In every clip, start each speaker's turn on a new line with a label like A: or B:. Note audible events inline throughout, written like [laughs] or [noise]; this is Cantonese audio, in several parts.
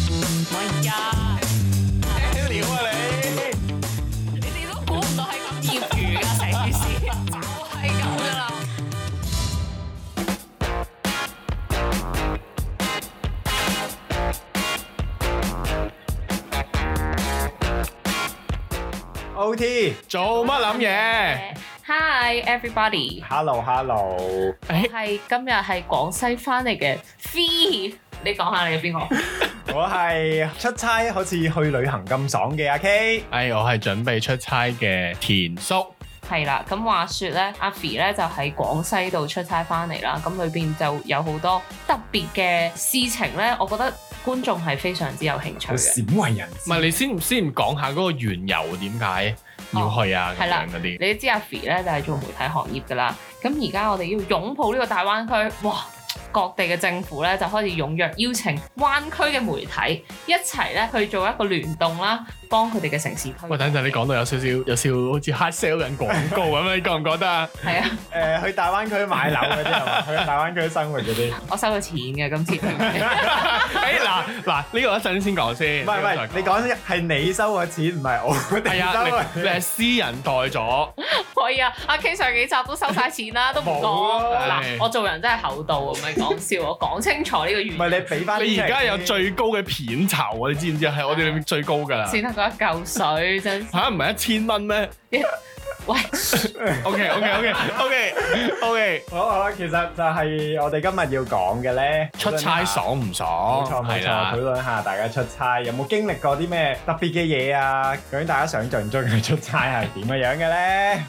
A: 哎呀，
B: 咩料啊你？
A: 你哋都估唔到係咁業餘噶成件事，就係咁噶啦。
C: OT，hello
B: 做乜諗嘢？
A: Hi everybody，
C: hello，
A: 我係今日係廣西翻嚟嘅 Fee，你講下你係邊個？
C: 我係出差好似去旅行咁爽嘅阿 K，
B: 哎，我係準備出差嘅田叔。
A: 係啦，咁話說咧，阿 Fee 咧就喺廣西度出差翻嚟啦，咁裏邊就有好多特別嘅事情咧，我覺得觀眾係非常之有興趣
C: 好
A: 嘅。
C: 鮮為人
B: 唔
C: 知。
B: 係你先先唔講下嗰個緣由點解要去啊
A: 哦
B: 咁
A: 係啦
B: 樣嗰啲。
A: 你都知阿 Fee 咧就係做媒體行業噶啦，咁而家我哋要擁抱呢個大灣區，哇！各地嘅政府咧就開始踴躍邀請灣區嘅媒體一齊咧去做一個聯動啦，幫佢哋嘅城市推。
B: 喂，等陣你講到有少少有少好似 hard sell 緊廣告咁樣，你覺唔覺
A: [laughs]
B: 得啊？
A: 係啊，
C: 誒，去大灣區買樓嗰啲係嘛？去大灣區生活嗰啲，唔
A: 我收咗錢嘅今
B: [laughs]
A: 次。
B: 哎嗱嗱，呢個一陣先講
C: 係唔
B: 先。呢
C: 係，
B: 個
C: 你
B: 再
C: 講先，係你收嘅錢，唔係我哋
B: 係
C: 收
B: 啊，
C: 啊。
B: 你你係私人代咗，
A: 可以啊，阿 K 上幾集都收晒錢啦，都唔講。
C: 冇
B: 啊
A: 嗱，我做人真係厚道，唔係講笑，我講清楚呢個原
C: 唔
A: 因。
C: 啊係你俾翻。
B: 你而家有最高嘅片酬啊！你知唔知啊？係我哋裏面最高㗎啦。
A: 先得嗰一嚿水真係，
B: 吓唔係一千蚊咩
C: [laughs]
A: 喂，
B: ？OK OK OK OK OK，
C: 好好啦，其實就係我哋今日要講嘅咧，
B: 出差。爽唔
C: 冇
B: 爽？
C: 錯冇
B: 係
C: 錯，
B: 啦
C: 討。論下大家出差有冇經歷過啲咩特別嘅嘢啊？究竟大家想像中嘅出差係點嘅樣嘅咧？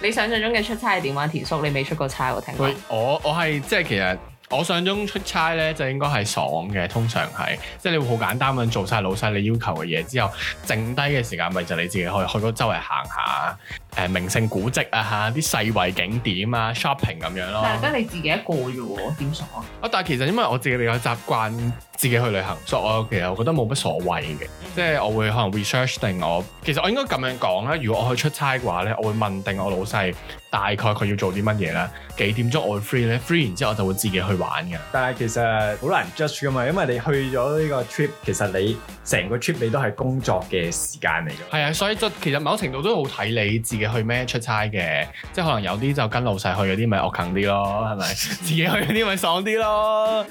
A: 你想象中嘅出差係點啊？田叔，你未出過差喎，聽講
B: 喂。，我我係即係其實我想中出差咧，就應該係爽嘅，通常係即係你會好簡單咁樣做晒老細你要求嘅嘢之後，剩低嘅時間咪就你自己去去嗰周圍行下，誒、名勝古蹟啊嚇，啲世遺景點啊，shopping 咁樣咯。
A: 但係得你自己一個啫喎，點爽啊？
B: 啊！但係其實因為我自己有習慣自己去旅行，所以我其實我覺得冇乜所謂嘅，即係我會可能 research 定我其實我應該咁樣講啦。如果我去出差嘅話咧，我會問定我老細大概佢要做啲乜嘢啦，幾點鐘我會 free 咧，free 完之後我就會自己去玩㗎。
C: 但係其實好難 judge 噶嘛，因為你去咗呢個 trip，其實你成個 trip 你都係工作嘅時間嚟㗎。
B: 係啊，所以就其實某程度都好睇你自己去咩出差嘅，即係可能有啲就跟老細去嗰啲咪惡啃啲咯， [laughs] 係咪？自己去嗰啲咪爽啲咯。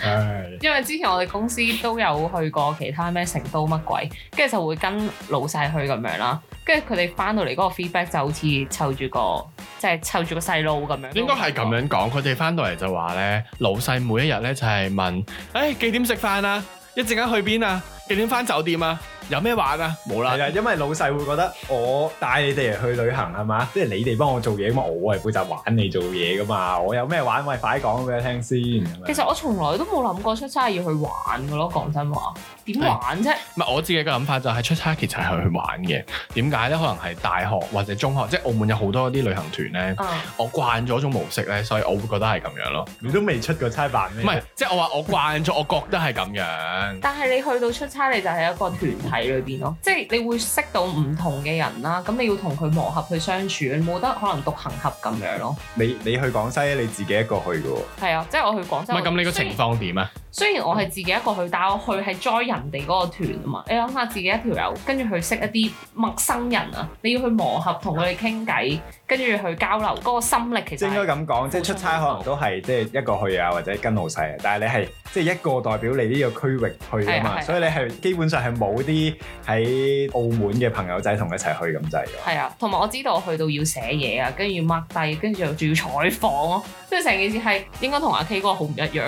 C: 係
A: 因為之前我哋公司都有去過其他咩成都乜鬼，跟住就會跟老細去咁樣啦。跟住佢哋翻到嚟嗰個 feedback 就好似湊住個即係湊住個細路咁樣。
B: 應該係咁。樣講，佢哋翻到嚟就話咧，老細每一日咧就係問，誒、幾點食飯啊？一陣間去邊啊？幾點翻酒店啊？有咩玩啊？冇啦
C: 係，啊，因為老細會覺得哦我帶你哋去旅行係啊嘛，即係你哋幫我做嘢嘛，我係負責玩你做嘢㗎嘛，我有咩玩喂快講俾我聽先。咁樣
A: 其實我從來都冇諗過出差係要去玩嘅咯，講真話，點玩啫？
B: 唔係我自己嘅諗法就係出差其實係去玩嘅。點解咧？可能係大學或者中學，即係澳門有好多啲旅行團咧，
A: 嗯，
B: 我慣咗種模式咧，所以我會覺得係咁樣咯。
C: 你都未出過差辦
B: 唔
C: 咩？
B: 係，即係我話我慣咗，我覺得係
C: [laughs]
B: 咁樣。
A: 但係你去到出差，你就係一個團體裏邊咯，即係你會識到唔同嘅人啦，咁你要同佢磨合去相處，你冇得可能獨行俠咁樣咯。
C: 你你去廣西你自己一個去㗎喎。
A: 係啊，即係我去廣
B: 唔
A: 州。
B: 係咁，你個情況點啊？
A: 雖然我係自己一個去，但係我去係 join 人哋嗰個團啊嘛。你諗下自己一條友，跟住去識一啲陌生人啊，你要去磨合，同佢哋傾偈，跟住去交流，嗰、個心力其
C: 即
A: 實
C: 係應該
A: 係
C: 咁講，即係出差可能都係即係一個去啊，或者跟老細啊，但係你係即係一個代表你呢個區域
A: 係
C: 去啊
A: 啊係
C: 嘛，
A: 啊
C: 所以你係基本上係冇啲喺澳門嘅朋友仔同佢一齊去咁滯嘅。
A: 係啊，同埋我知道我去到要寫嘢啊，跟住要 mark 低，跟住仲要採訪咯，即係成件事係應該同阿 K 哥好唔一樣。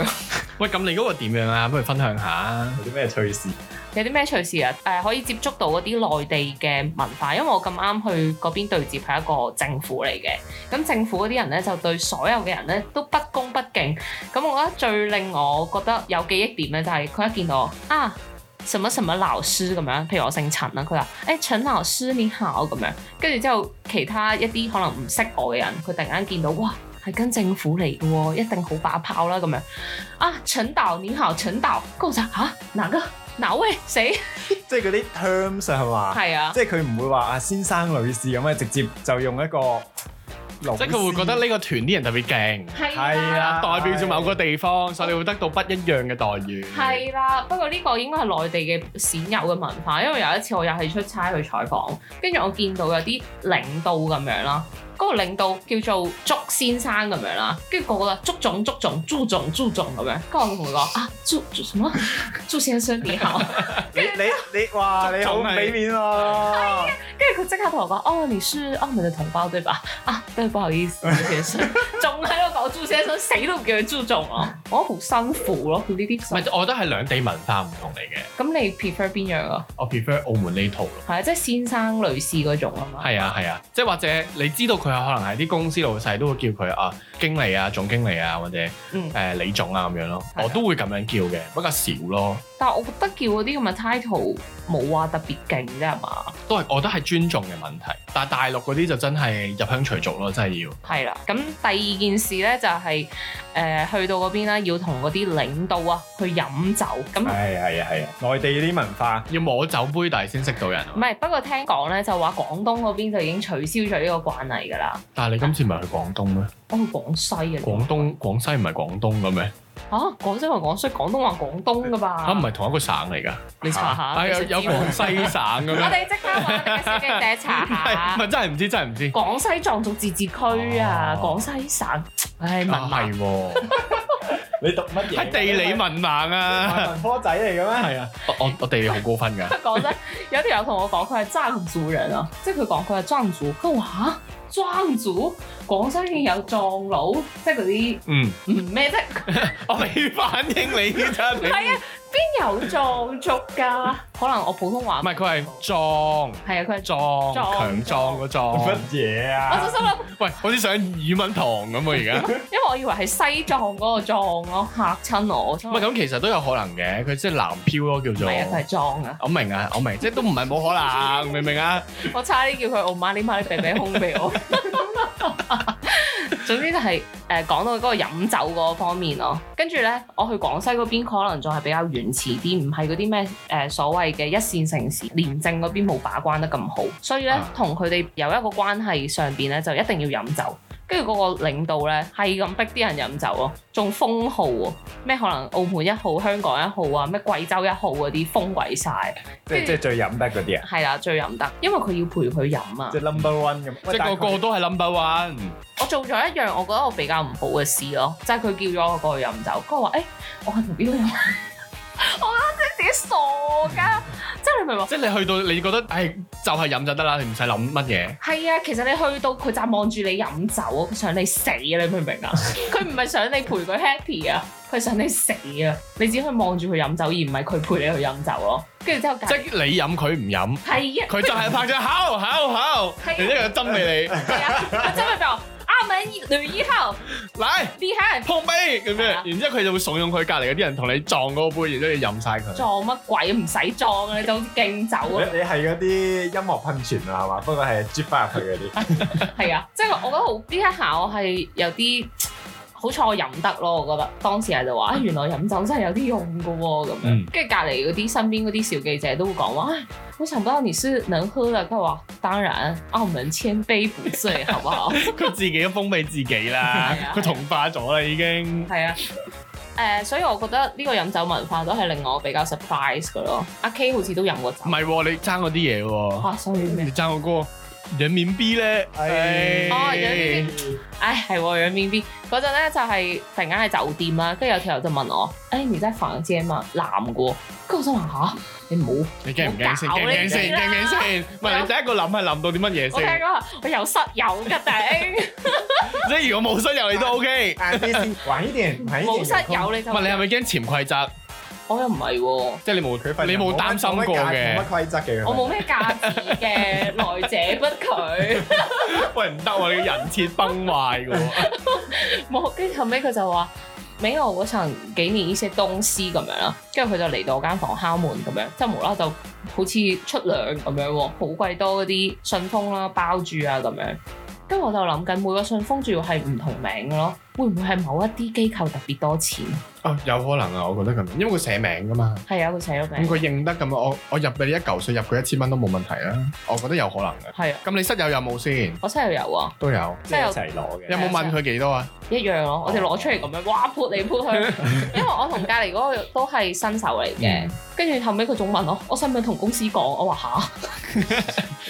B: 喂，咁你嗰個點樣啊？不如分享下。
C: 有啲咩趣事？
A: 有啲咩趣事啊？誒、可以接觸到嗰啲內地嘅文化，因為我咁啱去嗰邊對接係一個政府嚟嘅，咁政府嗰啲人咧就對所有嘅人咧都不恭不敬。咁我覺得最令我覺得有記憶點咧，就係、佢一見到我啊。什麼什麼老師咁樣，譬如我姓陳啦，佢話：誒、陳老師你好咁樣，跟住之後其他一啲可能唔識我嘅人，佢突然間見到，哇，係跟政府嚟嘅喎，一定好把炮啦咁樣。啊，陳導你好，陳導，跟住我就嚇哪個哪位誰？
C: 即係嗰啲 terms 係嘛？
A: 係啊，
C: 即係佢唔會話啊先生女士咁樣，直接就用一個龍
B: 即係佢會覺得呢個團啲人特別勁，
A: 係
C: 係
A: 啦
C: 啊。
B: 代表住某個地方，所以你會得到不一樣嘅待遇。
A: 係啦，不過呢個應該係內地嘅鮮有嘅文化，因為有一次我又係出差去採訪，跟住我見到有啲領導咁樣啦，嗰、個領導叫做祝先生咁樣啦，跟住個個都話祝總祝總祝總祝總咁樣，跟住我同佢 [laughs] 講啊祝祝什麼祝先生你 [laughs] 好，
C: 你你你，
B: [laughs]
C: 哇！你好
B: 仲係
C: 俾面喎，
A: 跟住佢即刻同我講哦你是澳門嘅同胞對吧？啊對不好意 [laughs] 思祝先生，仲喺度講祝先生，死都唔叫佢祝總啊，我覺得好辛苦咯，佢呢
B: 唔
A: 啲
B: 係，我覺得係兩地文化唔同嚟嘅。
A: 咁你 prefer 邊樣啊？
B: 我 prefer 澳門呢套咯。
A: 係啊，即係先生女士嗰種啊嘛。
B: 係啊係啊，即係或者你知道佢可能係啲公司老細都會叫佢啊經理啊總經理啊或者誒、
A: 嗯
B: 呃李總啊咁樣咯，
A: 係啊
B: 我都會咁樣叫嘅，不過少咯，
A: 但係我覺得叫嗰啲咁嘅 title 冇話特別勁啫係嘛？
B: 都係我覺得係尊重嘅問題。但係大陸嗰啲就真係入鄉隨俗咯，真係要。
A: 係啦，咁第二件事咧就係、呃去到嗰邊啦，要同嗰啲領導啊去飲酒，咁
C: 係係啊係啊，內地啲文化
B: 要摸酒杯底先識到人啊
A: 唔。係不過聽講咧就話廣東嗰邊就已經取消咗呢個慣例㗎啦。
B: 但係你今次唔係去廣東咩？
A: 我去廣西啊，你
B: 廣東廣西唔係廣東嘅咩？
A: 嚇
B: 啊
A: 廣西話廣西，廣東話廣東㗎吧？
B: 嚇唔係同一個省嚟㗎？
A: 你查下，
B: 係
A: 你
B: 有
A: 就知
B: 有
A: 喎
B: 廣西省嘅
A: 我
B: 咩？
A: 哋即刻揾我哋嘅司機姐查
B: [laughs] 係
A: 下
B: 咪真係唔知？真係唔知。
A: 廣西壯族自治區啊，廣
B: 哦
A: 西省，唉，文
B: 啊
A: 盲 [laughs]
B: 係喎，
C: 你讀乜嘢？
B: 係地理文盲啊！
C: 文科仔嚟嘅咩？
B: 係啊，我我我地理好高
A: [laughs]
B: 分㗎，
A: 講真，有條友同我講，佢係藏族人啊，即係佢講佢係藏族，跟我話嚇藏族，廣西已經有藏佬，即係嗰啲
B: 嗯，
A: 唔咩啫，
B: 我未反應你真
A: 唔係
B: 係，
A: 啊，邊有藏族㗎？可能我普通話
B: [laughs] 唔係佢係壯
A: 係啊，佢係藏。
B: 壯
A: 壯
B: 強壯
A: [laughs]
B: 個
C: 乜
B: 壯，
C: 嘢
A: 我
C: 啊
A: 就？心諗，
B: 喂，好似上語文堂
A: [laughs]
B: 咁啊！
A: 因為我以為係西藏嗰個藏咯，嚇親我。我心
B: 而
A: 諗
B: 家唔係咁，其實都有可能嘅，佢即係南漂咯，叫
A: 唔係啊，佢係
B: 做。
A: 藏啊！
B: 我明啊，我明，即係都唔係冇可能，明唔明啊？
A: 我差啲叫佢奧馬尼馬你鼻鼻空俾我。總之就係誒講到嗰個飲酒嗰方面咯，跟住咧我去廣西嗰邊可能仲係比較原始啲，唔係嗰啲咩誒所謂嘅一線城市，廉政嗰邊冇把關得咁好，所以咧
B: 啊
A: 同佢哋有一個關係上邊咧就一定要飲酒。跟住嗰個領導咧係咁逼啲人飲酒咯，仲封號喎，咩可能澳門一號、香港一號啊，咩貴州一號嗰啲封鬼晒，
C: 即係即係最飲得嗰啲啊，
A: 係啦，最飲得，因為佢要陪佢飲啊
C: 即。係 number one 咁。
B: 即
C: 喂
B: 係個個都係 number one，
A: 我做咗一樣我覺得我比較唔好嘅事咯，就係佢叫咗我過去飲酒，佢話：誒、我係同邊個飲？ [laughs] 我覺得自己傻㗎，即係你明唔明？
B: 即係你去到你覺得，唉，就係飲就得啦，你唔使諗乜嘢。
A: 係啊，其實你去到佢就係望住你飲酒啊，佢想你死啊，你明唔明 [laughs] 啊？佢唔係想你陪佢 happy 啊，佢想你死啊！你只可以望住佢飲酒，而唔係佢陪你去飲酒咯。跟住之後隔，
B: 即係你飲佢唔飲，
A: 係啊，
B: 佢就係拍咗口口口，
A: 係啊
B: 然之後就針俾你，
A: 係啊，佢真係俾我阿門一女一號
B: 嚟。
A: 厲害，
B: 碰杯咁樣，
A: 啊
B: 然之後佢就會慫恿佢隔離嗰啲人同你撞嗰個杯，然之後你飲晒佢。
A: 撞乜鬼唔使撞啊！你就好似敬酒咁。
C: 你你係嗰啲音樂噴泉啊，係嘛？不過係啜翻入去嗰啲。
A: 係啊，即係我覺得好呢一下我係有啲好彩我飲得咯，我覺得當時人就話啊，原來飲酒真係有啲用噶喎咁
B: 嗯
A: 樣，跟住隔離嗰啲身邊嗰啲小記者都會講話，唉，我想不到你是能喝啊的，佢話當然啊澳門千杯不
B: [laughs]
A: 醉，好不好？
B: 佢自己都封閉自己啦
A: 係啊，
B: 佢同化咗啦已經。
A: 係啊。誒、所以我覺得呢個飲酒文化都係令我比較 surprise 嘅咯。阿 K 好似都飲過酒
B: 唔，係喎，你爭嗰啲嘢喎，
A: 啊，sorry 咩
B: 你？爭嗰個人面 B 咧。
C: 哎
A: 哦人面 B 唉，係喎，養面 B 嗰陣咧就係、突然間喺酒店啦，跟住有條友就問我：，誒、你真係房間嘛？啊男嘅喎，跟住我心諗嚇，你冇，
B: 你驚唔驚先？
A: 我
B: 驚
A: 搞
B: 唔
A: 你
B: 驚先？
A: 啦
B: 驚唔驚先？唔係你第一個諗係諗到啲乜嘢
A: 我聽
B: 先？
A: 講話我有室友㗎
B: [laughs]
A: 頂，
B: 即係如果冇室友你都 OK。
C: 晏啲 [laughs] 先，晚一點，晚一點
A: 冇室友你就
B: 哎唔係你係咪驚潛規則？
A: 我又唔係喎，
B: 即係你冇
C: 佢份
B: 你
C: 人
B: 冇擔心過
C: 冇乜
B: 嘅
C: 冇乜。規則嘅。
A: 我冇咩架子
B: [laughs]
A: 嘅，來者不拒。
B: 喂唔得喎，你人設崩壞 [laughs] 嘅喎。
A: 冇，跟住後尾佢就話啊美澳嗰層幾年呢些東西咁樣啦，跟住佢就嚟到我間房敲門咁樣，即係無啦啦就好似出糧咁樣喎，好鬼多嗰啲信封啦包住啊咁樣，跟住我就諗緊每個信封仲要係唔同名嘅咯，會唔會係某一啲機構特別多錢？
B: 啊，有可能啊，我覺得咁樣，因為佢寫名噶嘛，
A: 係啊，佢寫咗
B: 咁
A: 名，
B: 佢認得咁啊，我我入俾你一嚿水，入佢一千蚊都冇問題啊，我覺得有可能嘅。
A: 係啊，
B: 咁你室友有冇先？
A: 我真係有啊，
B: 都有，
C: 即係一齊攞
B: 有
C: 嘅。
B: 冇問佢幾多啊？
A: 一樣咯，我哋攞出嚟咁樣，哇潑嚟潑去，
B: [laughs]
A: 因為我同隔離嗰個都係新手嚟嘅，
B: 嗯
A: 跟住後尾佢仲問我，我想唔想同公司講？我話
B: [laughs]
A: 吓，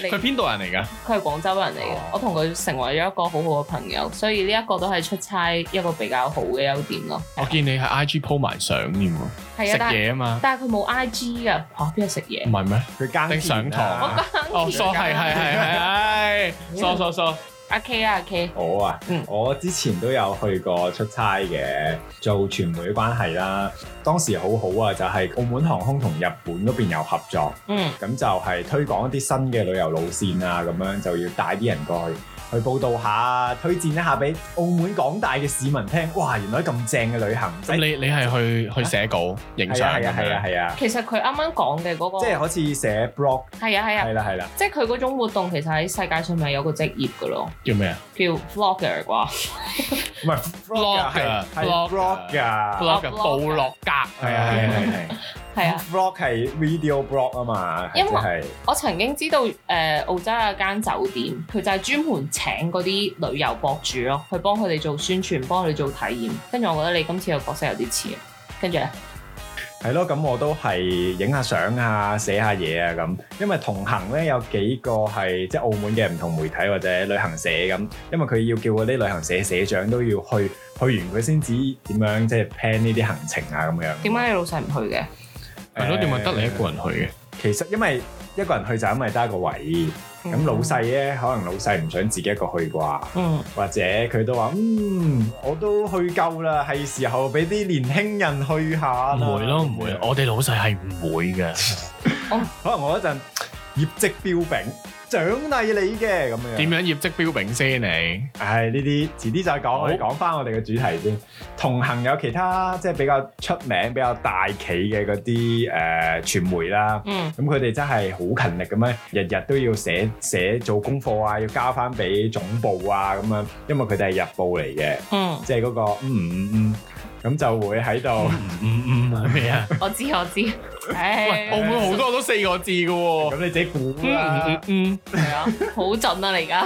A: 你
B: 佢邊度人嚟㗎？
A: 佢係廣州人嚟嘅
B: 哦，
A: 我同佢成為咗一個好好嘅朋友，所以呢一個都係出差一個比較好嘅優點咯。
B: 我見你喺 IG 鋪埋相添喎，
A: 係
B: 食
A: 啊，但係
B: 嘢啊嘛，
A: 但係佢冇 I G 㗎，嚇邊度食嘢
B: 唔？係咩？
C: 佢耕田啊
B: 定上堂啊哦，疏係係係係，唉，疏疏疏，
A: 阿 K 啊阿 K，
C: 我啊
A: 嗯，
C: 我之前都有去過出差嘅，做傳媒關係啦。當時好好啊，就係澳門航空同日本嗰邊有合作，
A: 嗯
C: 咁就係推廣一啲新嘅旅遊路線啊，咁樣就要帶啲人過去去報道下，推薦一下俾澳門廣大嘅市民聽。哇，原來咁正嘅旅行，
B: 咁你你係去去寫稿、影
C: 係
B: 相
C: 啊
B: 咁
C: 係啊係啊
B: 樣，
C: 係啊，
A: 其實佢啱啱講嘅嗰個
C: 即係好似寫 blog
A: 係啊係啊
C: 係，啦係啦，
A: 即係佢嗰種活動其實喺世界上咪有個職業㗎咯，
B: 叫咩啊？
A: 叫 vlogger 啩，
C: 唔係
B: Blog
C: 係
B: 㗎
C: 係
B: blog 啊
C: blog 㗎，
B: blog 嘅部落格，係
C: 係啊係啊係啊。係
B: [laughs]
C: 啊
A: 係啊。
C: blog 係 video blog 啊嘛，
A: 因為
C: 即係
A: 我曾經知道誒、呃澳洲有間酒店，佢就係專門請嗰啲旅遊博主咯，去幫佢哋做宣傳，幫佢哋做體驗。跟住我覺得你今次嘅角色有啲似，跟住咧
C: 係咯，咁我都係影下相啊，寫下嘢啊咁。因為同行咧有幾個係即係澳門嘅唔同媒體或者旅行社咁，因為佢要叫嗰啲旅行社社長都要去，去完佢先至點樣即係 plan 呢啲行程啊咁樣。
A: 點解你老細唔去嘅？
B: 係咯，點解得你一個人去嘅？
C: 其實因為一個人去就因為得一個位，咁老細咧可能老細唔想自己一個去啩。
A: 嗯
C: 或者佢都話：嗯，我都去夠啦，係時候俾啲年輕人去下啦。
B: 唔會咯，唔會，我哋老細係唔會嘅。
C: 可能我嗰陣業績標炳，獎勵你嘅咁樣。
B: 點？樣業績標炳先你？
C: 唉，呢啲遲啲再講。
B: 好
C: 我哋講翻我哋嘅主題先。同行有其他即係比較出名、比較大企嘅嗰啲誒傳媒啦。
A: 嗯
C: 咁佢哋真係好勤力咁樣，日日都要寫寫做功課啊，要交翻俾總部啊咁樣，因為佢哋係日報嚟嘅，
A: 嗯，
C: 即係嗰個嗯嗯嗯，咁就會喺度。
B: 嗯唔唔咩啊？
A: 我知我知，
B: 喂，
A: 唉，
B: [laughs] 澳門好多都四個字嘅
C: 咁
B: 喎。
C: 你自己估啦。
B: 嗯嗯
A: 係啊，好準啊！你而家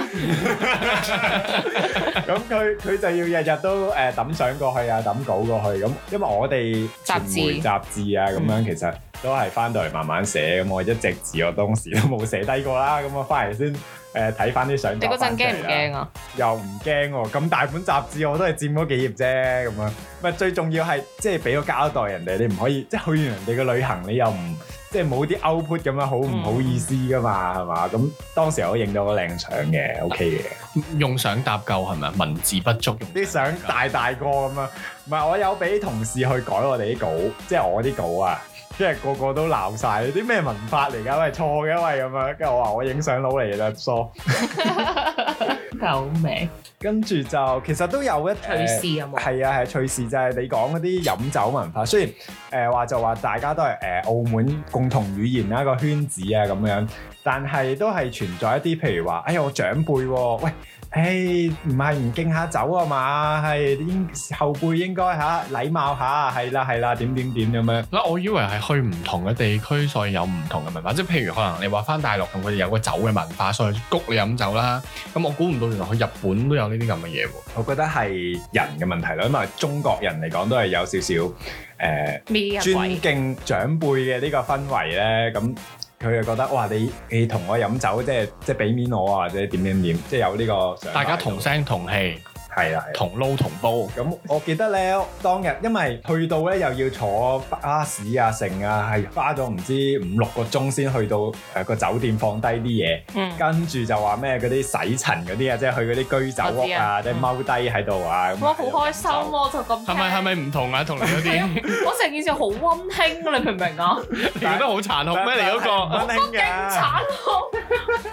C: 咁佢佢就要日日都誒抌相過去啊，抌稿過去咁，因為我哋
A: 雜
C: 傳
A: 誌
C: 媒雜誌啊咁樣，其實都係翻到嚟慢慢寫咁，我一隻字我當時都冇寫低過啦，咁我翻嚟先誒睇翻啲相。
A: 你嗰陣驚唔驚？啊？
C: 又唔驚喎，咁大本雜誌我都係佔嗰幾頁啫，咁樣。咪最重要係即係俾個交代人哋，你唔可以即係去完人哋嘅旅行，你又唔即係冇啲 output 咁樣，好唔好意思噶嘛，係嘛？咁當時我影到個靚相嘅，OK 嘅。
B: 嗯，用相搭救係咪？文字不足用
C: 啲相大大個咁樣，唔係我有俾同事去改我哋啲稿，即係我啲稿啊，跟住個個都鬧晒，啲咩文法嚟㗎？喂錯嘅喂咁樣，跟住我話我影相佬嚟啦，疏。
A: 救命！
C: 跟住就其實都有一呃
A: 趣事有冇？
C: 係啊係趣事就係你講嗰啲飲酒文化，雖然誒呃話、就話大家都係誒、呃澳門共同語言啦、個圈子啊咁樣，但係都係存在一啲譬如話，哎呀我長輩喎、喂。誒唔係唔敬下酒啊嘛，係應後輩應該嚇禮貌下，係啦係啦點點點咁樣，
B: 嗱，我以為係去唔同嘅地區，所以有唔同嘅文化。即係譬如可能你話翻大陸咁，佢哋有個酒嘅文化，所以谷你飲酒啦。咁我估唔到原來去日本都有呢啲咁嘅嘢喎。
C: 我覺得係人嘅問題啦，因為中國人嚟講都係有少少呃誒。
A: 咩人
C: 尊
A: 鬼？
C: 敬長輩嘅呢個氛圍咧，咁佢就覺得哇，你你同我飲酒，即係即係俾面我啊，或者點點點，即係有呢個想法
B: 大家同聲同氣，
C: 係啦，係啦。
B: 同撈同煲。
C: 咁我記得咧，當日因為去到咧又要坐巴士啊、成啊，係花咗唔知五六個鐘先去到誒個、酒店放低啲嘢，
A: 嗯
C: 跟住就話咩嗰啲洗塵嗰啲啊，即係去嗰啲居酒
A: 我
C: 屋
A: 知
C: 啊，
A: 啊
C: 即係踎低喺度啊。咁
A: 哇，好開心喎！就咁聽
B: 係咪係咪唔同啊？同你嗰
A: 係
B: 啲
A: [laughs] 啊，我成件事好温馨，你明唔明啊？
B: 你覺得好殘酷咩？你嗰個
C: [laughs] 温馨
A: 勁
C: 嘅
A: 慘痛！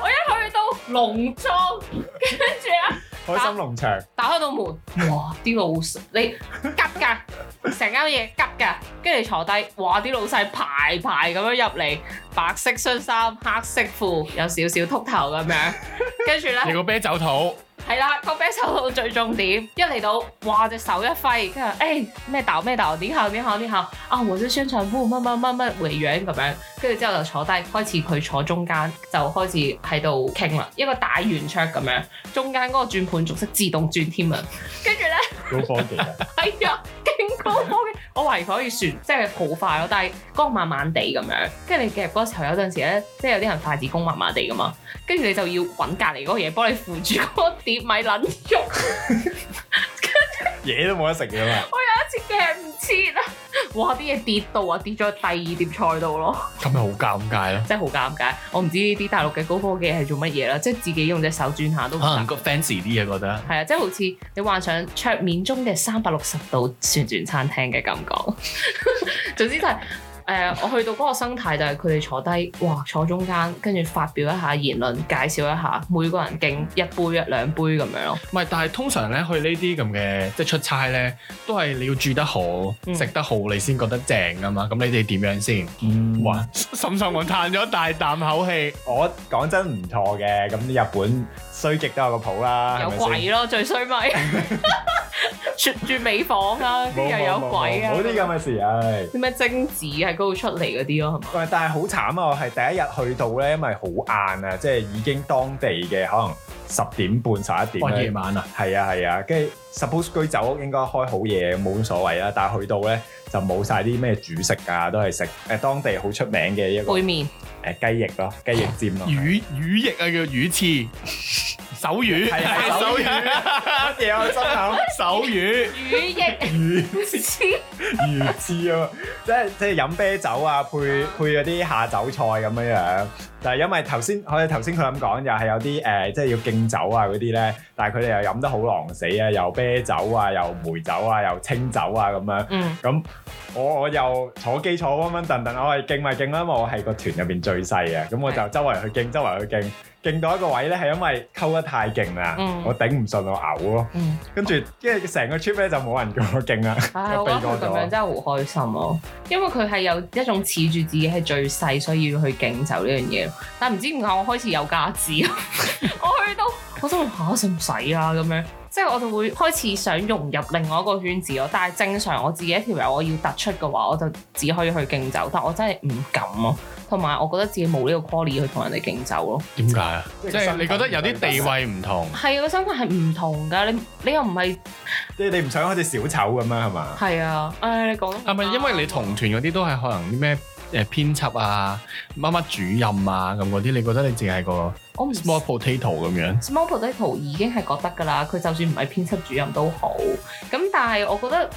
A: 我一去到農莊，跟住啊，
C: 開心農場。
A: 打開到門，哇！啲老細你急㗎，成間嘢急㗎，跟住坐低，哇！啲老細排排咁樣入嚟，白色恤衫、黑色褲，有少少禿頭咁樣，跟住
B: 你
A: 咧
B: 個啤酒肚，
A: 係啦，個啤手到最重點，一嚟到，哇隻手一揮，跟住誒咩豆咩豆，點下點下點下，啊我者商場鋪乜乜乜乜回樣咁樣，跟住之後就坐低，開始佢坐中間就開始喺度傾啦，一個大圓桌咁樣，中間嗰個轉盤仲識自動轉添啊，跟住咧。
C: 高科技啊！
A: 係啊，勁高科嘅，我懷疑佢可以旋，即係好快咯，但係光慢慢地咁樣。跟住你夾嗰時候有陣時咧，即係有啲人筷子工慢慢地噶嘛，跟住你就要揾隔離嗰個嘢幫你扶住嗰個碟咪撚喐。
C: 嘢都冇得食嘅嘛，
A: 我有一次夾唔切啊，哇！啲嘢跌到啊，跌咗去第二碟菜度咯。
B: 咁咪好尷尬咯。
A: 真係好尷尬。我唔知啲大陸嘅高科技係做乜嘢啦，即係自己用隻手轉下都唔
B: 可能
A: 得。
B: 個 fancy 啲嘢覺得，
A: 係啊，即係好似你幻想桌面中嘅三百六十度旋轉餐廳嘅感覺。 [laughs] 總之就係、誒、我去到嗰個生態就係佢哋坐低，哇，坐中間，跟住發表一下言論，介紹一下，每個人敬一杯一兩杯咁樣咯。
B: 唔係，但係通常咧去呢啲咁嘅即係出差咧，都係你要住得好、
A: 嗯
B: 食得好，你先覺得正噶嘛。咁你哋點樣先？
C: 嗯
B: 哇！沈秀文嘆咗大啖口氣，
C: 我講真唔錯嘅，咁日本衰極都有個譜啦，
A: 有
C: 係咪先
A: 鬼咯，最衰咪 [laughs] 住住美房啊，跟
C: 冇
A: 住又有鬼啊，
C: 冇冇冇啲咁嘅事，唉。
A: 啲咩精子喺嗰度出嚟嗰啲咯，係嘛？
C: 喂，但係好慘啊！我係第一日去到咧，因為好晏啊，即係已經當地嘅可能十點半、十一
B: 哇！夜
C: 點咧。
B: 晚啊，
C: 係啊係啊，跟住 suppose 居酒屋應該開好夜，冇乜所謂啦。但係去到咧就冇晒啲咩主食啊，都係食誒當地好出名嘅一個
A: 背
C: 誒
A: 面
C: 雞翼咯，雞翼尖咯。
B: 魚魚翼啊叫魚翅，手魚
C: 係係
B: [laughs]
C: 手魚乜嘢啊？我心諗。
B: 手魚。
A: 魚翼 [laughs] 黐
C: 魚翅啊，即係即係飲啤酒啊，配配嗰啲下酒菜咁樣樣。但係因為頭先，我哋頭先佢咁講，又係有啲誒、呃即係要敬酒啊嗰啲咧，但係佢哋又飲得好狼死啊，又啤酒啊，又梅酒啊，又清酒啊咁樣。
A: 嗯，
C: 咁我我又坐基礎温温頓頓，我係敬咪敬啦，因為我係個團入邊最細嘅，咁我
A: 嗯
C: 就周圍去敬，周圍去敬，敬到一個位咧，係因為溝得太勁啦，
A: 嗯
C: 我頂唔順我嘔咯，
A: 嗯
C: 跟住跟住成個 trip 咧就冇人叫我啊敬啦。
A: 唉，我覺得佢咁樣真係好開心咯、因為佢係有一種恃住自己係最細，所以要去敬酒呢樣嘢。但唔知點解我開始有價值， [laughs] 我去到我心諗嚇使唔使啊咁樣，即係我就會開始想融入另外一個圈子咯。但係正常我自己一條友我要突出嘅話，我就只可以去敬酒，但我真係唔敢咯。同埋我覺得自己冇呢個 quality 去同人哋敬酒咯。
B: 點解啊？
C: 即係
B: 即係你覺得有啲地位唔同，
A: 係啊個身份係唔同㗎，你你又唔係
C: 即係你唔想好似小丑咁啊，係嘛？
A: 係啊？唉，你講
B: 係咪因為你同團嗰啲都係可能啲咩誒編輯啊、乜乜主任啊咁嗰啲，你覺得你淨係個
A: 我唔
B: small potato 咁樣？
A: Small Potato 已經係覺得㗎啦，佢就算唔係編輯主任都好。咁但係我覺得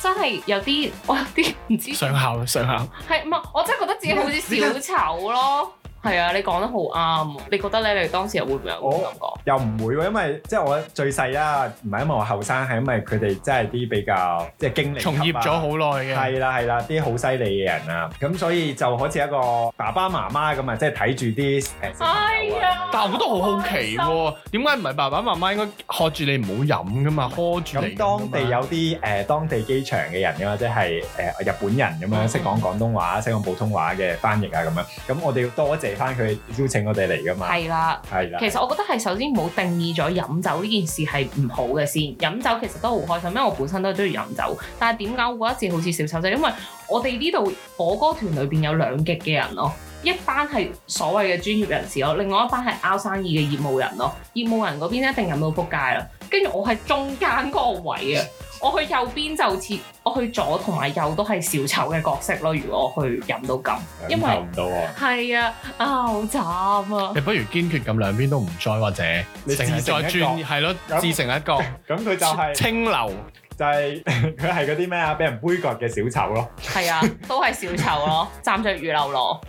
A: 真係有啲，我有 [laughs] 啲唔知
C: [laughs]
B: 上校上校，
A: 係唔係？我真係覺得自己好似小丑咯。係啊，你講得好啱。你覺得咧？你當時又會唔會有咁感
B: 哦
A: 覺？
C: 又唔會喎，因為即係我最細啦，唔係因為我後生，係因為佢哋真係啲比較即係經理級啊
B: 從業咗好耐嘅，
C: 係啦係啦，啲好犀利嘅人啊，咁所以就好似一個爸爸媽媽咁啊，即係睇住啲誒小朋友
A: 哎呀
C: 啊
B: 但我覺得好好奇喎，點解唔係爸爸媽媽應該喝住你唔好飲噶啊嘛，喝住你
C: 咁
B: 㗎
C: 當地
B: 嘛
C: 有啲誒、呃、當地機場嘅人㗎嘛，即係誒、呃日本人咁
A: 嗯
C: 樣識講廣東話、識講普通話嘅翻譯啊咁樣，咁我哋要多謝翻佢邀請我哋嚟㗎嘛，
A: 係啦。
C: 係啦，
A: 其實我覺得係首先冇定義咗飲酒呢件事係唔好嘅先，飲酒其實都好開心，因為我本身都中意飲酒。但係點解我覺得自己好似小丑仔？因為我哋呢度我嗰個團裏邊有兩極嘅人咯，一班係所謂嘅專業人士咯，另外一班係拗生意嘅業務人咯。業務人嗰邊一定飲到撲街啦，跟住我係中間嗰個位啊。我去右邊就似我去左同埋右都係小丑嘅角色咯。如果我去飲到咁，因為
C: 享受唔到喎，
A: 係啊，啊好慘啊！
B: 你不如堅決咁兩邊都唔栽，或者
C: 你
B: 淨係
C: 自成
B: 再
C: 一角
B: 轉係咯，
C: 咁
B: 自成一角，
C: 咁佢 [laughs] 就係、
B: 清流。
C: 就係佢係嗰啲咩啊，俾人杯葛嘅小丑咯。
A: 係啊，都係小丑
B: [laughs]
A: 咯，站着魚流羅。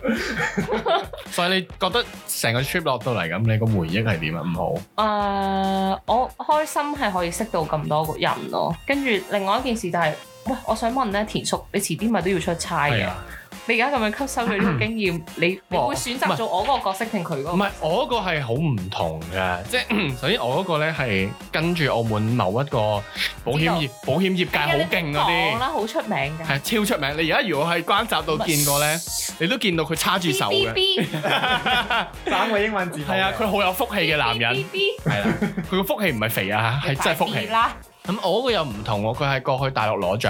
B: 所以你覺得成個 trip 落到嚟咁，你個回憶係點啊？唔好。
A: 誒、呃我開心係可以識到咁多個人咯。跟住另外一件事就係、喂，我想問咧，田叔，你遲啲咪都要出差
B: 係
A: 嘅？
B: 啊，
A: 你而家咁樣吸收佢
B: [coughs]
A: 呢個經驗，你你
B: 哇
A: 會選擇做我嗰個角色定佢嗰
B: 唔
A: 個？
B: 係，我嗰個係好唔同嘅，即係首先我嗰個咧係跟住澳門某一個保險業保險業界好勁嗰
A: 講
B: 啲，
A: 啦，好出名㗎。
B: 係超出名。你而家如果喺關閘度見過咧，你都見到佢叉住手
A: B
B: 嘅，
A: B
C: 三個英文字母嘅。
B: 係啊，佢好有福氣嘅男人，係啦，佢個福氣唔係肥啊，係真係福氣。
A: 啦。
B: 咁我嗰個又唔同喎，佢係過去大陸攞獎，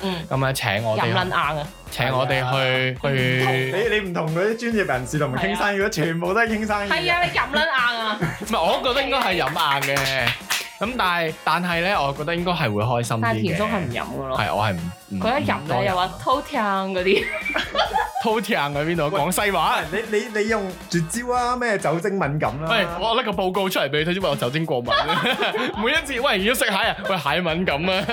A: 嗯，
B: 咁啊請我
A: 飲啊撚
B: 哋
A: 硬啊！
B: 請我哋去去。
C: 你你唔同嗰啲專業人士同埋傾生意嗰啲，全部都係傾生意。
A: 係啊，你飲撚硬啊！
B: 唔係，我覺得應該係飲硬嘅。咁但係但係咧，我覺得應該係會開心啲
A: 但係田
B: 嘅。
A: 中係唔飲㗎咯。
B: 係我係唔唔
A: 佢一飲咧又話偷聽嗰啲，
B: 滔聽喺邊度講西話。
C: 你你你用絕招啊，咩酒精敏感啦、
B: 喂，我拎個報告出嚟俾你睇，因為我酒精過敏。 [laughs] 每一次喂要食蟹啊，喂蟹敏感啊。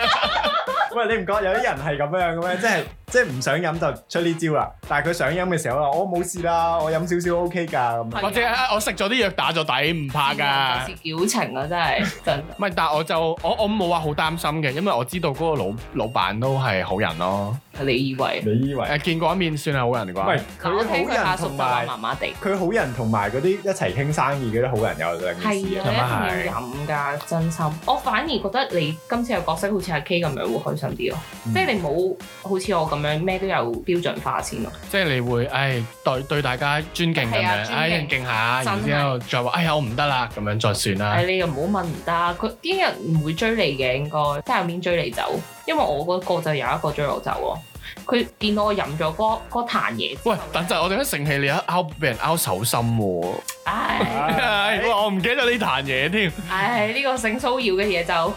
C: 喂，你唔覺有啲人係咁樣嘅咩？即係即係唔想飲就出呢招啦，但係佢想飲嘅時候啦，我冇事啦，我飲少少 OK 㗎咁樣。
A: 係啊
B: 或者啊我食咗啲藥打咗底，唔怕㗎。
A: 是矯情啊！真係真。
B: 唔係，但係我就我我冇話好擔心嘅，因為我知道嗰個老老闆都係好人咯。
A: 你以為？
C: 你以
B: 誒
C: 為？
B: 見過一面算係好人
C: 喂
B: 啩？，
A: 嗱我
C: 佢
A: 聽佢
C: 好
A: 下
C: 人
A: 屬
C: 同
A: 就話
C: 埋
A: 麻麻地。
C: 佢好人同埋嗰啲一齊傾生意嗰啲好人有兩件事
A: 係
C: 啊，
A: 啊，一定要飲㗎，真心。我反而覺得你今次嘅角色好似阿 K 咁樣會開心啲咯，
C: 嗯
A: 即係你冇好似我咁樣咩都有標準化先咯。
C: 啊
B: 即係你會誒對對大家尊敬咁
A: 係啊
B: 樣，
A: 尊
B: 唉
A: 敬
B: 人敬下，
A: 真係
B: 然之後再話哎呀我唔得啦，咁樣再算啦。
A: 誒，你又唔好問唔得，佢啲人唔會追你嘅，應該即係有面追你走，因為我嗰個就有一個追我走咯。佢見到我飲咗嗰嗰壇嘢，
B: 喂，等陣我哋一盛氣，你一拗俾人拗手心喎、
A: 唉
C: 唉
B: 哇我唔記得咗呢壇嘢添。
A: 唉，呢個性騷擾嘅嘢就〜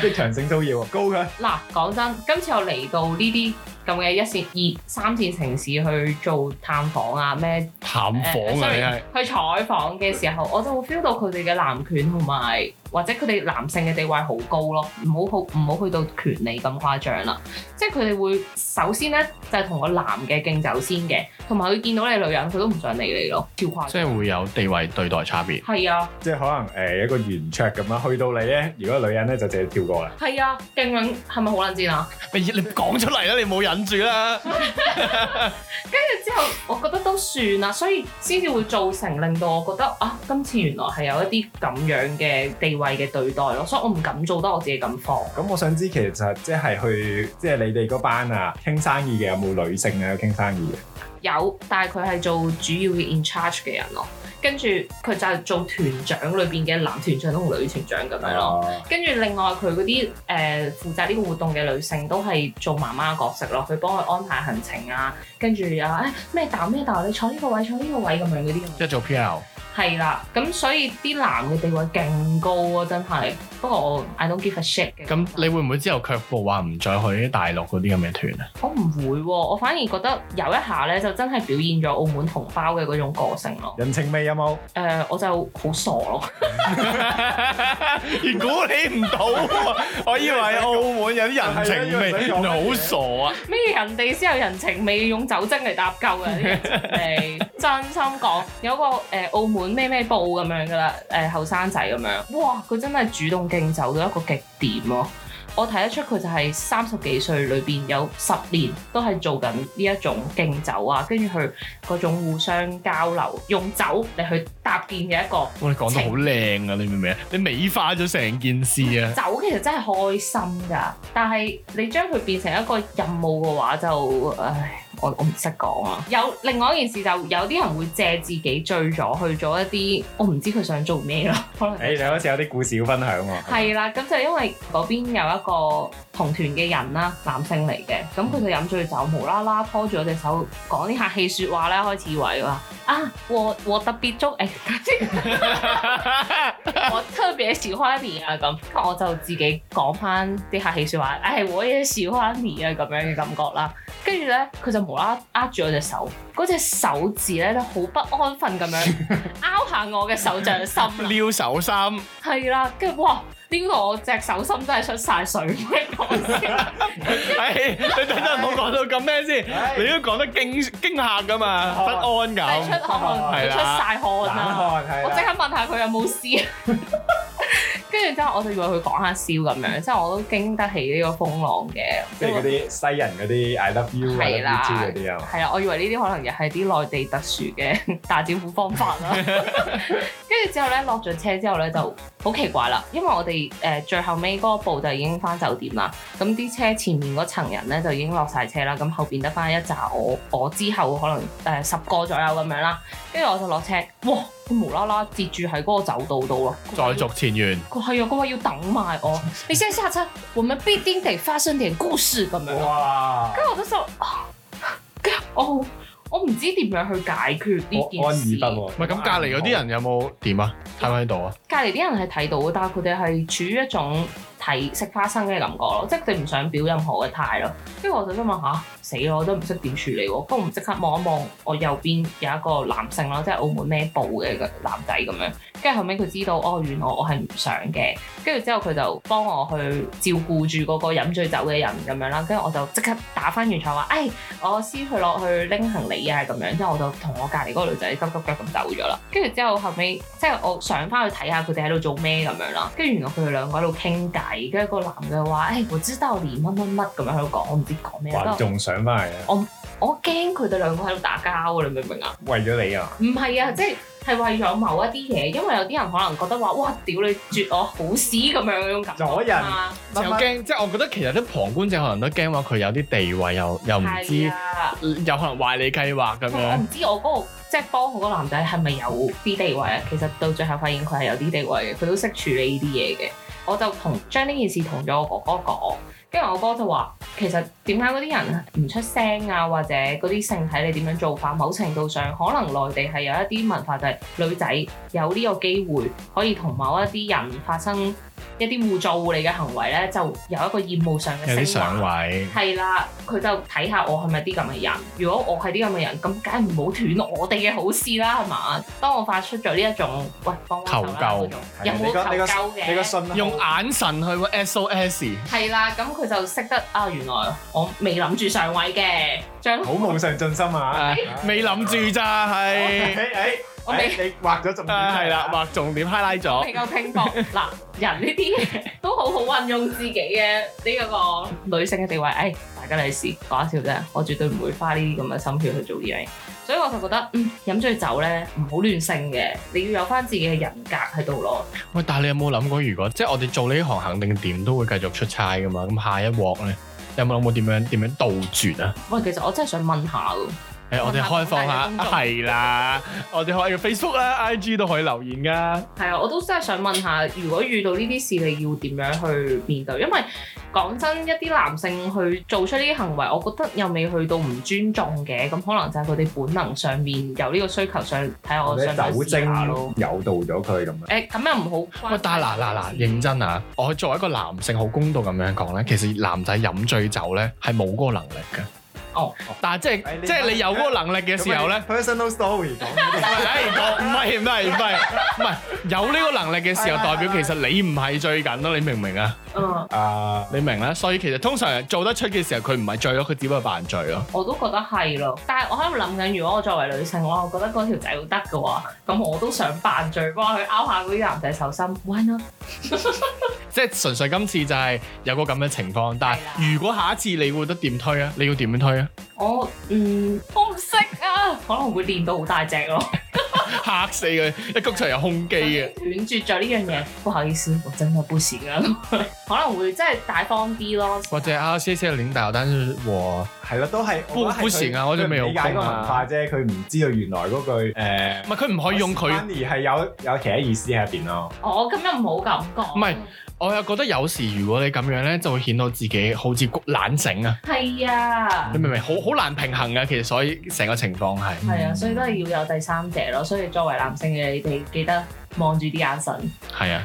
C: 即場性騷擾啊，高佢。
A: 嗱，講真，今次我嚟到呢啲咁嘅一線、二三線城市去做探訪啊，咩
B: 探
A: 誒
B: 訪啊，
A: sorry，
B: 你係
A: 去採訪嘅時候，我就會 feel 到佢哋嘅男權同埋或者佢哋男性嘅地位好高咯，唔好好唔好去到權利咁誇張啦。即係佢哋會首先咧就係、同個男嘅競走先嘅，同埋佢見到你女人，佢都唔想理你咯，超誇
B: 即
A: 張。
B: 係會有地位對待差別。
A: 係啊，
C: 即係可能誒、一個圓桌咁樣，去到你咧，如果女人咧就直接跳過啦。
A: 係啊，勁撚係咪好撚賤啊？
B: 你你講出嚟啦，你冇忍住啦。
A: 之後，我覺得都算啦，所以先至會造成令到我覺得啊，今次原來係有一啲咁樣嘅地位嘅對待咯，所以我唔敢做得我自己咁放。
C: 咁我想知其實即係去即係你哋嗰班啊傾生意嘅有冇女性啊傾生意嘅？
A: 有，但係佢係做主要嘅 in charge 嘅人咯，跟住佢就係做團長裏邊嘅男團長同女團長咁樣咯。
C: 咯，
A: 跟住另外佢嗰啲誒負責呢個活動嘅女性都係做媽媽角色咯，佢幫佢安排行程啊，跟住啊誒咩打咩打，你坐呢個位坐呢個位咁樣嗰啲咁樣。
B: 即係做 P.L.
A: 係啦，咁所以啲男嘅地位勁高啊，真係。不過我 I don't give a shit 嘅。
B: 咁你會唔會之後卻步話唔再去啲大陸嗰啲咁嘅團啊？
A: 我唔會喎、我反而覺得有一下咧，就真係表現咗澳門同胞嘅嗰種個性咯。
C: 人情味有冇？
A: 誒、我就好傻咯。
B: [laughs] 如果你唔到喎，我以為澳門有啲人情味，
C: 係啊
B: 你
C: 因為想講
B: 好傻啊！
A: 咩人哋先有人情味，用酒精嚟搭救嘅啲人情味。真心講，有個誒、呃澳門咩咩報咁樣噶啦，誒後生仔咁樣，哇！佢真係主動敬酒到一個極點咯、我睇得出佢就係三十幾歲裏邊有十年都係做緊呢一種敬酒啊，跟住佢嗰種互相交流，用酒嚟去搭建嘅一個
B: 我哋講得好靚啊，你明唔明啊？你美化咗成件事啊！
A: 酒，其實真係開心㗎。但係你將佢變成一個任務嘅話，就唉，我我唔識講啊。有另外一件事就有啲人會借自己醉咗去做一啲我唔知佢想做咩咯，可能
C: 誒、你好似有啲故事要分享
A: [laughs]
C: 喎。
A: 係啊啦，咁就因為嗰邊有一個同團嘅人啦，男性嚟嘅，咁佢就飲醉酒，無啦啦拖住我隻手講啲客氣説話啦，開始以為話啊，我我特別中誒， [laughs] 我特別喜歡你啊咁，咁我就自己講翻啲客氣説話，哎唉、我也喜歡你啊咁樣嘅感覺啦，跟住咧佢就無啦啦握住我隻手，嗰隻手指咧就好不安分咁
C: [laughs]
A: 樣拗下我嘅手掌心啦。
B: [laughs] 撩手心，
A: 係啦，跟住哇，撩到我隻手心真係出晒水，唔係講笑。
B: 係哎你等陣冇講到咁咩先？你都講得驚驚嚇噶嘛，不安
A: 真係
C: [laughs]
B: 咁。
A: 出汗，
B: 係
A: 佢出
B: 啦
A: 晒汗
C: 冷
A: 啊！
C: 汗係
A: 我即
C: 啦，
A: 刻問下佢有冇事。 [laughs] 跟住之後我就以為佢講下笑咁樣，即係我都經得起呢個風浪嘅。
C: 即係嗰啲西人嗰啲 I love you 啊
A: 係啦
C: I love you too 嗰啲啊嘛。
A: 係啦，我以為呢啲可能又係啲內地特殊嘅 [laughs] 打招呼方法啦。跟住之後咧，落咗車之後咧就好奇怪啦，因為我哋誒、呃最後尾嗰步就已經翻酒店啦。咁啲車前面嗰層人咧就已經落晒車啦，咁後邊得翻一紮我我之後可能誒、呃十個左右咁樣啦。跟住我就落車，哇！佢無啦啦截住喺嗰個走道度咯，
B: 再續前緣，
A: 佢係啊，嗰位要等埋我。你先下車，我們必定得發生點故事咁樣。
C: 哇！
A: 跟住我就心諗啊，跟住我我唔知點樣去解決呢
C: 我
A: 件
C: 安
A: 事
C: 怡。得喎。
B: 唔係咁隔離嗰啲人有冇點啊？喺唔喺度啊？
A: 隔離啲人係睇到嘅，但係佢哋係處於一種睇食花生嘅感覺咯，即係佢哋唔想表任何嘅態咯。跟住我就心諗吓，死咯，我都唔識點處理喎。咁我唔即刻望一望我右邊有一個男性咯，即係澳門咩部嘅男仔咁樣。跟住後尾佢知道哦，原來我係唔想嘅。跟住之後佢就幫我去照顧住嗰個飲醉酒嘅人咁樣啦。跟住我就即刻打翻完場話，誒、哎，我先去落去拎行李啊咁樣。之後我就同我隔離嗰個女仔急急腳咁走咗啦。跟住之後後尾即係我上翻去睇下佢哋喺度做咩咁樣啦。跟住原來佢哋兩個喺度傾偈，跟住個男嘅話，誒、哎，我知道你乜乜乜咁樣喺度講，我唔知講咩。
C: 哇！仲想翻嚟啊？
A: 我驚佢哋兩個喺度打交啊！你明唔明啊？
C: 為咗你啊！
A: 唔係啊，即係係為咗某一啲嘢，因為有啲人可能覺得話，哇，屌你絕我好屎咁樣嗰種感覺
C: 阻人
A: 啊
B: 就驚，即係我覺得其實啲旁觀者可能都驚話佢有啲地位，又又唔知，
A: 係啊，
B: 有可能壞你計劃咁
A: 我
B: 樣。
A: 唔知我嗰、個即係幫我嗰個男仔係咪有啲地位啊？其實到最後發現佢係有啲地位嘅，佢都識處理呢啲嘢嘅。我就同將呢件事同咗我哥哥講，跟住我哥就話：其實點解嗰啲人唔出聲啊，或者嗰啲性體你點樣做法？某程度上可能內地係有一啲文化，就係女仔有呢個機會可以同某一啲人發生一啲互助互利嘅行為咧，就有一個業務上
B: 有
A: 嘅
B: 啲啊
A: 升華
B: 上。位，
A: 係啦，佢就睇下我係咪啲咁嘅人。如果我係啲咁嘅人，咁梗係唔好斷我哋嘅好事啦，係嘛？當我發出咗呢一種喂幫手啦
B: 求救
A: 嗰種有冇
C: 你個你個
A: 求救
C: 你個
A: 嘅？
C: 信號
B: 用眼神去 SOS，
A: 係啦，咁佢就識得啊，原來我未諗住上位嘅，將
C: 好冇上進心啊！
B: 誒未諗住咋
C: 誒
A: [laughs]
B: 係。
C: 誒
A: 我未。
C: 誒，哎你畫咗重點
B: 啊，係啦，
C: 出嚟，
B: 畫重點 highlight 咗，
A: 比較拼搏嗱，人呢啲嘢都好好運用自己嘅呢個女性嘅地位，誒、哎大家嚟試講笑啫，我絕對唔會花呢啲咁嘅心血去做呢樣嘢，所以我就覺得，嗯，飲醉酒咧唔好亂性嘅，你要有翻自己嘅人格喺度咯。
B: 喂，但係你有冇諗過，如果即係我哋做呢行，肯定點都會繼續出差噶嘛？咁下一鑊咧，有冇諗過點樣點樣杜絕啊？
A: 喂，其實我真係想問下喎，
B: 誒、我哋開放下，係啦，我哋可以 Facebook 啦、IG 都可以留言噶。
A: 係啊，我都真係想問下，如果遇到呢啲事，你要點樣去面對？因為講真，一啲男性去做出呢啲行為，我覺得又未去到唔尊重嘅，咁可能就係佢哋本能上面有呢個需求上，睇下
C: 或
A: 我
C: 者
A: 想唔想
C: 酒
A: 試下咯。
C: 精誘導咗佢咁
A: 誒，
C: 樣。
A: 咁又唔好關。
B: 喂，但係嗱嗱嗱，認真啊！我作為一個男性，好公道咁樣講咧，其實男仔飲醉酒咧係冇嗰個能力嘅。
A: 哦，
B: 但係即係即係你有嗰個能力嘅時候咧。
C: ，personal story 講嗰
B: 唔係，唔係，唔係，唔係，唔係，有呢個能力嘅時候，代表其實你唔係最緊咯，你明唔明啊？
A: 嗯，
C: 啲 [laughs] 啊，
B: 你明啦，所以其實通常做得出嘅時候，佢唔係醉咯，佢只不過扮醉咯。
A: 我都覺得係咯。但係我喺度諗緊，如果我作為女性，我覺得嗰條仔要得嘅話，咁我都想扮醉，幫佢勾下嗰啲男仔手心。Why not？
B: 即係純粹今次就係有個咁嘅情況，但
A: 係啦
B: 係如果下一次你會得點推啊？你要點樣推啊？
A: 我嗯，我唔識啊，可能會練到好大隻咯。
B: 嚇死佢！一谷場有胸肌啊嘅，
A: 斷絕咗呢樣嘢，不好意思，我真係不行啊， [laughs] 可能會真係大方啲咯。
B: 或者啊，C C 領導，但是我
C: 係啦，都係
B: 不
C: 我覺得係
B: 不
C: 佢
B: 行啊我哋
C: 佢唔
B: 未有
C: 理解個
B: 空啊
C: 文化啫，佢唔知道原來嗰句誒
B: 唔。係佢唔可以用佢。
C: 反而係有有其他意思喺入邊
B: [laughs]
C: 咯。
A: 我咁又唔好咁講。
B: 唔係，我又覺得有時如果你咁樣咧，就會顯到自己好似懶醒啊！
A: 係啊
B: 你，明唔明？好好難平衡啊！其實所以成個情況係。
A: 係啊，所以都係要有第三者咯。所以作為男性嘅你哋，記得望住啲眼神。
B: 係啊，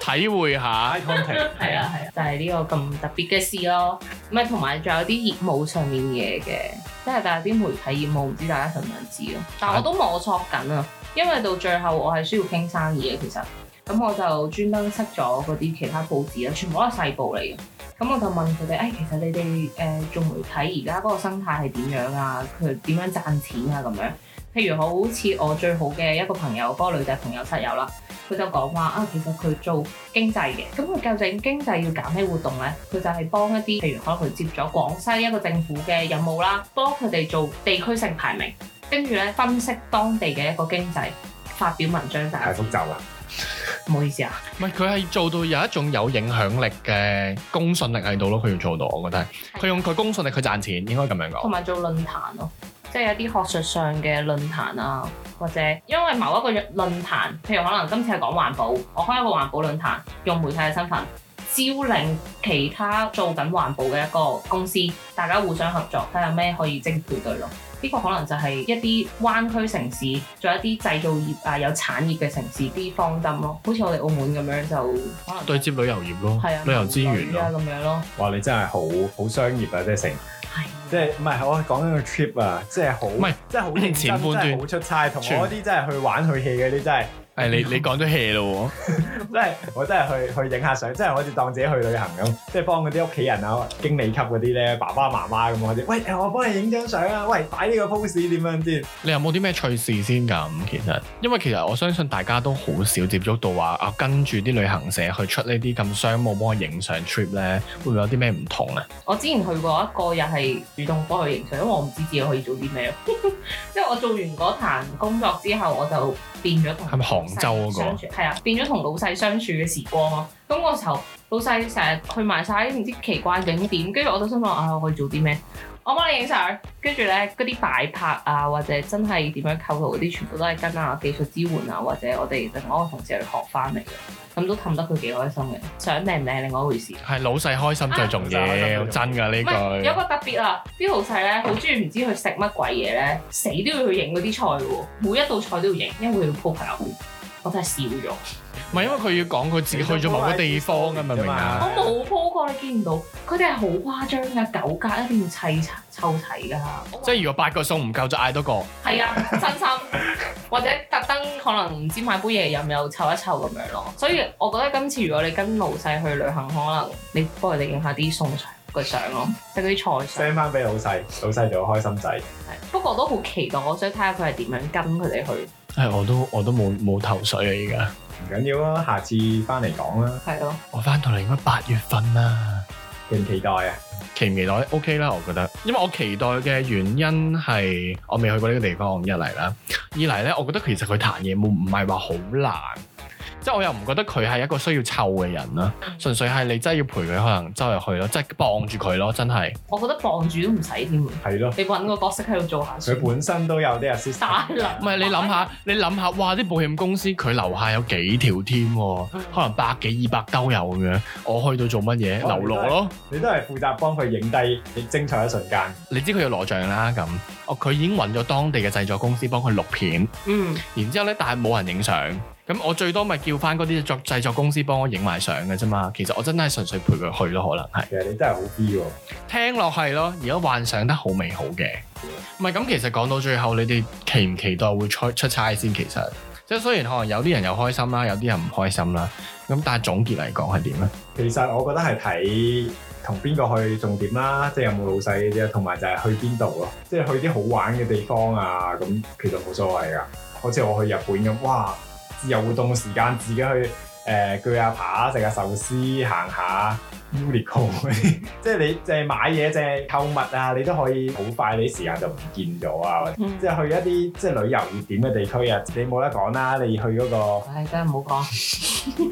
B: 體會下
C: Eye contact
A: 係啊，係啊，就係呢個咁特別嘅事咯。唔係，同埋仲有啲業務上面嘢嘅，即係但係啲媒體業務唔知大家想唔想知咯。但我都摸索緊啊，因為到最後我係需要傾生意嘅，其實咁我就專登識咗嗰啲其他報紙啊，全部都係細報嚟嘅。咁我就問佢哋，誒、其實你哋誒、呃做媒體而家嗰個生態係點樣啊？佢點樣賺錢啊？咁樣，譬如好似我最好嘅一個朋友，嗰、個女仔朋友室友啦。佢就講話啊，其實佢做經濟嘅，咁佢究竟經濟要搞咩活動咧？佢就係幫一啲譬如可能佢接咗廣西一個政府嘅任務啦，幫佢哋做地區性排名，跟住咧分析當地嘅一個經濟，發表文章就
C: 太
A: 係
C: 複雜啦。
A: 唔好意思啊。
B: 唔係佢係做到有一種有影響力嘅公信力喺度咯，佢要做到，我覺得係佢用佢公信力去賺錢，應該咁樣
A: 同
B: 講。
A: 埋做論壇咯，即係有啲學術上嘅論壇啊，或者因為某一個論壇，譬如可能今次係講環保，我開一個環保論壇，用媒體嘅身份招領其他做緊環保嘅一個公司，大家互相合作，睇下咩可以精配對咯。呢個可能就係一啲灣區城市，仲有一啲製造業啊有產業嘅城市啲方針咯，好似我哋澳門咁樣就可能
B: 對接旅遊業咯
A: 係啊，
B: 旅遊資源
A: 啊
B: 咯，
A: 咁樣咯，
C: 哇！你真係好好商業啊，即係成，
A: 係
C: 即係唔係我講緊個 trip 啊，即係好，唔
B: 係
C: 即係好認真
B: 前半段
C: 真係好出差，同
B: 全
C: 我嗰啲真係去玩去戲嗰啲，真係
B: 係你你講咗 hea 咯
C: 真係我真係去去影下相，真係好似當自己去旅行咁，即係幫嗰啲屋企人啊、經理級嗰啲咧、爸爸媽媽咁嗰啲，喂我幫你影張相啊，喂擺呢個 pose 點樣先？
B: 喎，你有冇啲咩趣事先咁？其實，因為其實我相信大家都好少接觸到話啊，跟住啲旅行社去出呢啲咁商務幫我影相 trip 咧，會唔會有啲咩唔同啊？
A: 我之前去過一個又係主動幫佢影相，因為我唔知自己可以做啲咩咯。 [laughs] 即係我做完嗰壇工作之後，我就變咗同
B: 係咪杭州嗰個
A: 老細相處係啊，變咗同老細相處嘅時光咯。咁嗰時候老細成日去埋晒啲唔知奇怪景點，跟住我都心諗啊，我可以做啲咩？我幫你影相，跟住咧嗰啲擺拍啊，或者真係點樣構圖嗰啲，全部都係跟啊技術支援啊，或者我哋另外一個同事去學翻嚟嘅，咁都氹得佢幾開心嘅。相靚唔靚另外一回事。
B: 係老細開心最重要，
C: 啊老細開心最
B: 真㗎
A: 唔係
B: 呢
A: 有
B: 句。
A: 個特別啊！啲老細咧好中意唔知佢食乜鬼嘢咧，死都要去影嗰啲菜喎，每一道菜都要影，因為佢要 po 朋友圈。我真係笑咗，
B: 唔係因為佢要講佢自己去咗某個地方㗎，明唔明啊？
A: 我冇 po 過，你見唔到？佢哋係好誇張㗎，九格一定要砌齊湊齊㗎。
B: 即係如果八個餸唔夠就嗌多個。
A: 係啊，真心或者特登可能唔知買杯嘢飲又湊一湊咁樣咯。所以我覺得今次如果你跟老細去旅行，可能你幫佢哋影下啲餸相嘅相咯，即係嗰啲菜相。
C: send 翻俾老細，老細就開心仔。
A: 係不過我都好期待，我想睇下佢係點樣跟佢哋去。
B: 係，我都我都冇冇頭緒啊！依家
C: 唔緊要啊，下次翻嚟講啦，
A: 係咯。
B: 我翻到嚟應該八月份啦，
C: 期唔期待啊？
B: 期唔期待？OK 啦，我覺得，因為我期待嘅原因係我未去過呢個地方，一嚟啦，二嚟咧，我覺得其實佢彈嘢冇唔係話好難，即係我又唔覺得佢係一個需要湊嘅人啦，純粹係你真係要陪佢，可能周圍去咯，即係傍住佢咯，真係。
A: 我覺得傍住都唔使添喎，
C: 係咯，
A: 你揾個角色喺度做下先
C: 佢。本身都有啲 assist，
A: 大啦，
C: 嗯
B: 唔係你諗下，你諗下，哇！啲保險公司佢樓下有幾條添喎
A: 嗯，
B: 可能百幾二百兜有咁樣，我去到做乜嘢？
C: 可能
B: 流落咯。
C: 你都係負責幫佢影低你精彩嘅瞬間。
B: 你知佢要攞獎啦咁，哦佢已經揾咗當地嘅製作公司幫佢錄片，
A: 嗯，
B: 然之後咧，但係冇人影相，咁我最多咪叫翻嗰啲作製作公司幫我影埋相嘅啫嘛。其實我真係純粹陪佢去咯，可能係
C: 其實你真係好啊 B 喎。
B: 聽落係咯，而家幻想得好美好嘅。唔係咁，其實講到最後，你哋期唔期待會出出差先？其實即係雖然可能有啲人又開心啦，有啲人唔開心啦，咁但係總結嚟講係點咧？
C: 其實我覺得係睇同邊個去重點啦，即係有冇老細嘅啫，同埋就係去邊度咯，即係去啲好玩嘅地方啊，咁其實冇所謂噶。好似我去日本咁，哇！自由活動時間自己去誒、呃、鋸下扒、食下壽司、行下 Uniqlo 嗰啲， [laughs] 即係你淨係買嘢、淨係購物啊，你都可以好快你啲時間就唔見咗啊！或者
A: 嗯
C: 即係去一啲即係旅遊熱點嘅地區啊，你冇得講啦，你去嗰、個。
A: 唉，真係唔好講。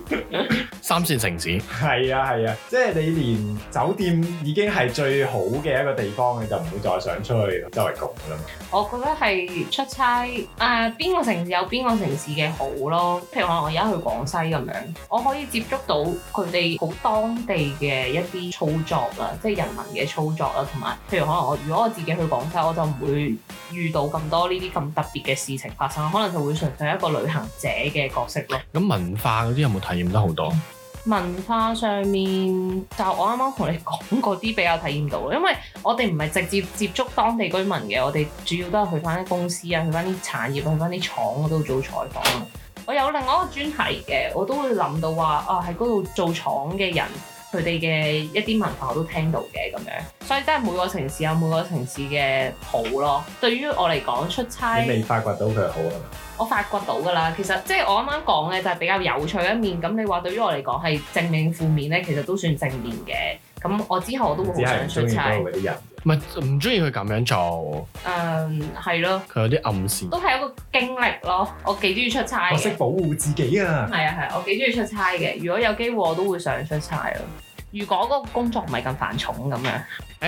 B: 三線城市
C: 係啊係啊，即係你連酒店已經係最好嘅一個地方，你就唔會再想出去周圍焗㗎啦嘛。
A: 我覺得係出差啊，邊、個城市有邊個城市嘅好咯。譬如話我而家去廣西咁樣，我可以接觸到佢哋好當地嘅一啲操作啦，即係人民嘅操作啦，同埋譬如可能我如果我自己去廣西，我就唔會遇到咁多呢啲咁特別嘅事情發生，可能就會純粹一個旅行者嘅角色咯。
B: 咁文化嗰啲有冇體驗得好多？
A: 文化上面就我啱啱同你講嗰啲比較體驗到咯，因為我哋唔係直接接觸當地居民嘅，我哋主要都係去翻啲公司啊，去翻啲產業，去翻啲廠嗰度做採訪啊。我有另外一個專題嘅，我都會諗到話啊，喺嗰度做廠嘅人。佢佢哋嘅一啲文化我都聽到嘅咁樣，所以真係每個城市有每個城市嘅好咯。對於我嚟講，出差
C: 你未發掘到佢好係嘛？
A: 我發掘到㗎啦。其實即係我啱啱講嘅就係比較有趣一面。咁你話對於我嚟講係正面負面咧，其實都算正面嘅。咁我之後我都
C: 只
A: 會好
C: 係唔
A: 想出
C: 中意
A: 差啊
C: 嗰。度嗰啲人。
B: 唔係唔中意佢咁樣做，
A: 誒嗯係咯，
B: 佢有啲暗示。
A: 都係一個經歷咯。我幾中意出差
C: 我
A: 嘅
C: 識。保護自己啊！
A: 係啊係啊，我幾中意出差嘅。如果有機會，我都會想出差咯。如果嗰個工作唔係咁繁重咁樣，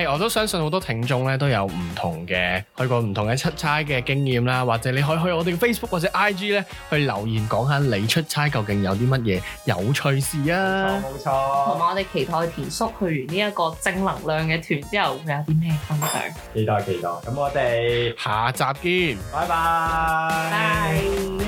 B: 誒、我都相信好多聽眾咧都有唔同嘅去過唔同嘅出差嘅經驗啦，或者你可以去我哋嘅 Facebook 或者 IG 咧去留言講下你出差究竟有啲乜嘢有趣事啊！
C: 冇
A: 同
C: 錯，
A: 埋我哋期待田叔去完呢一個正能量嘅團之後，會有啲咩分享？
C: 期待期待。咁我哋
B: 下集見。
C: 拜拜。
A: 拜。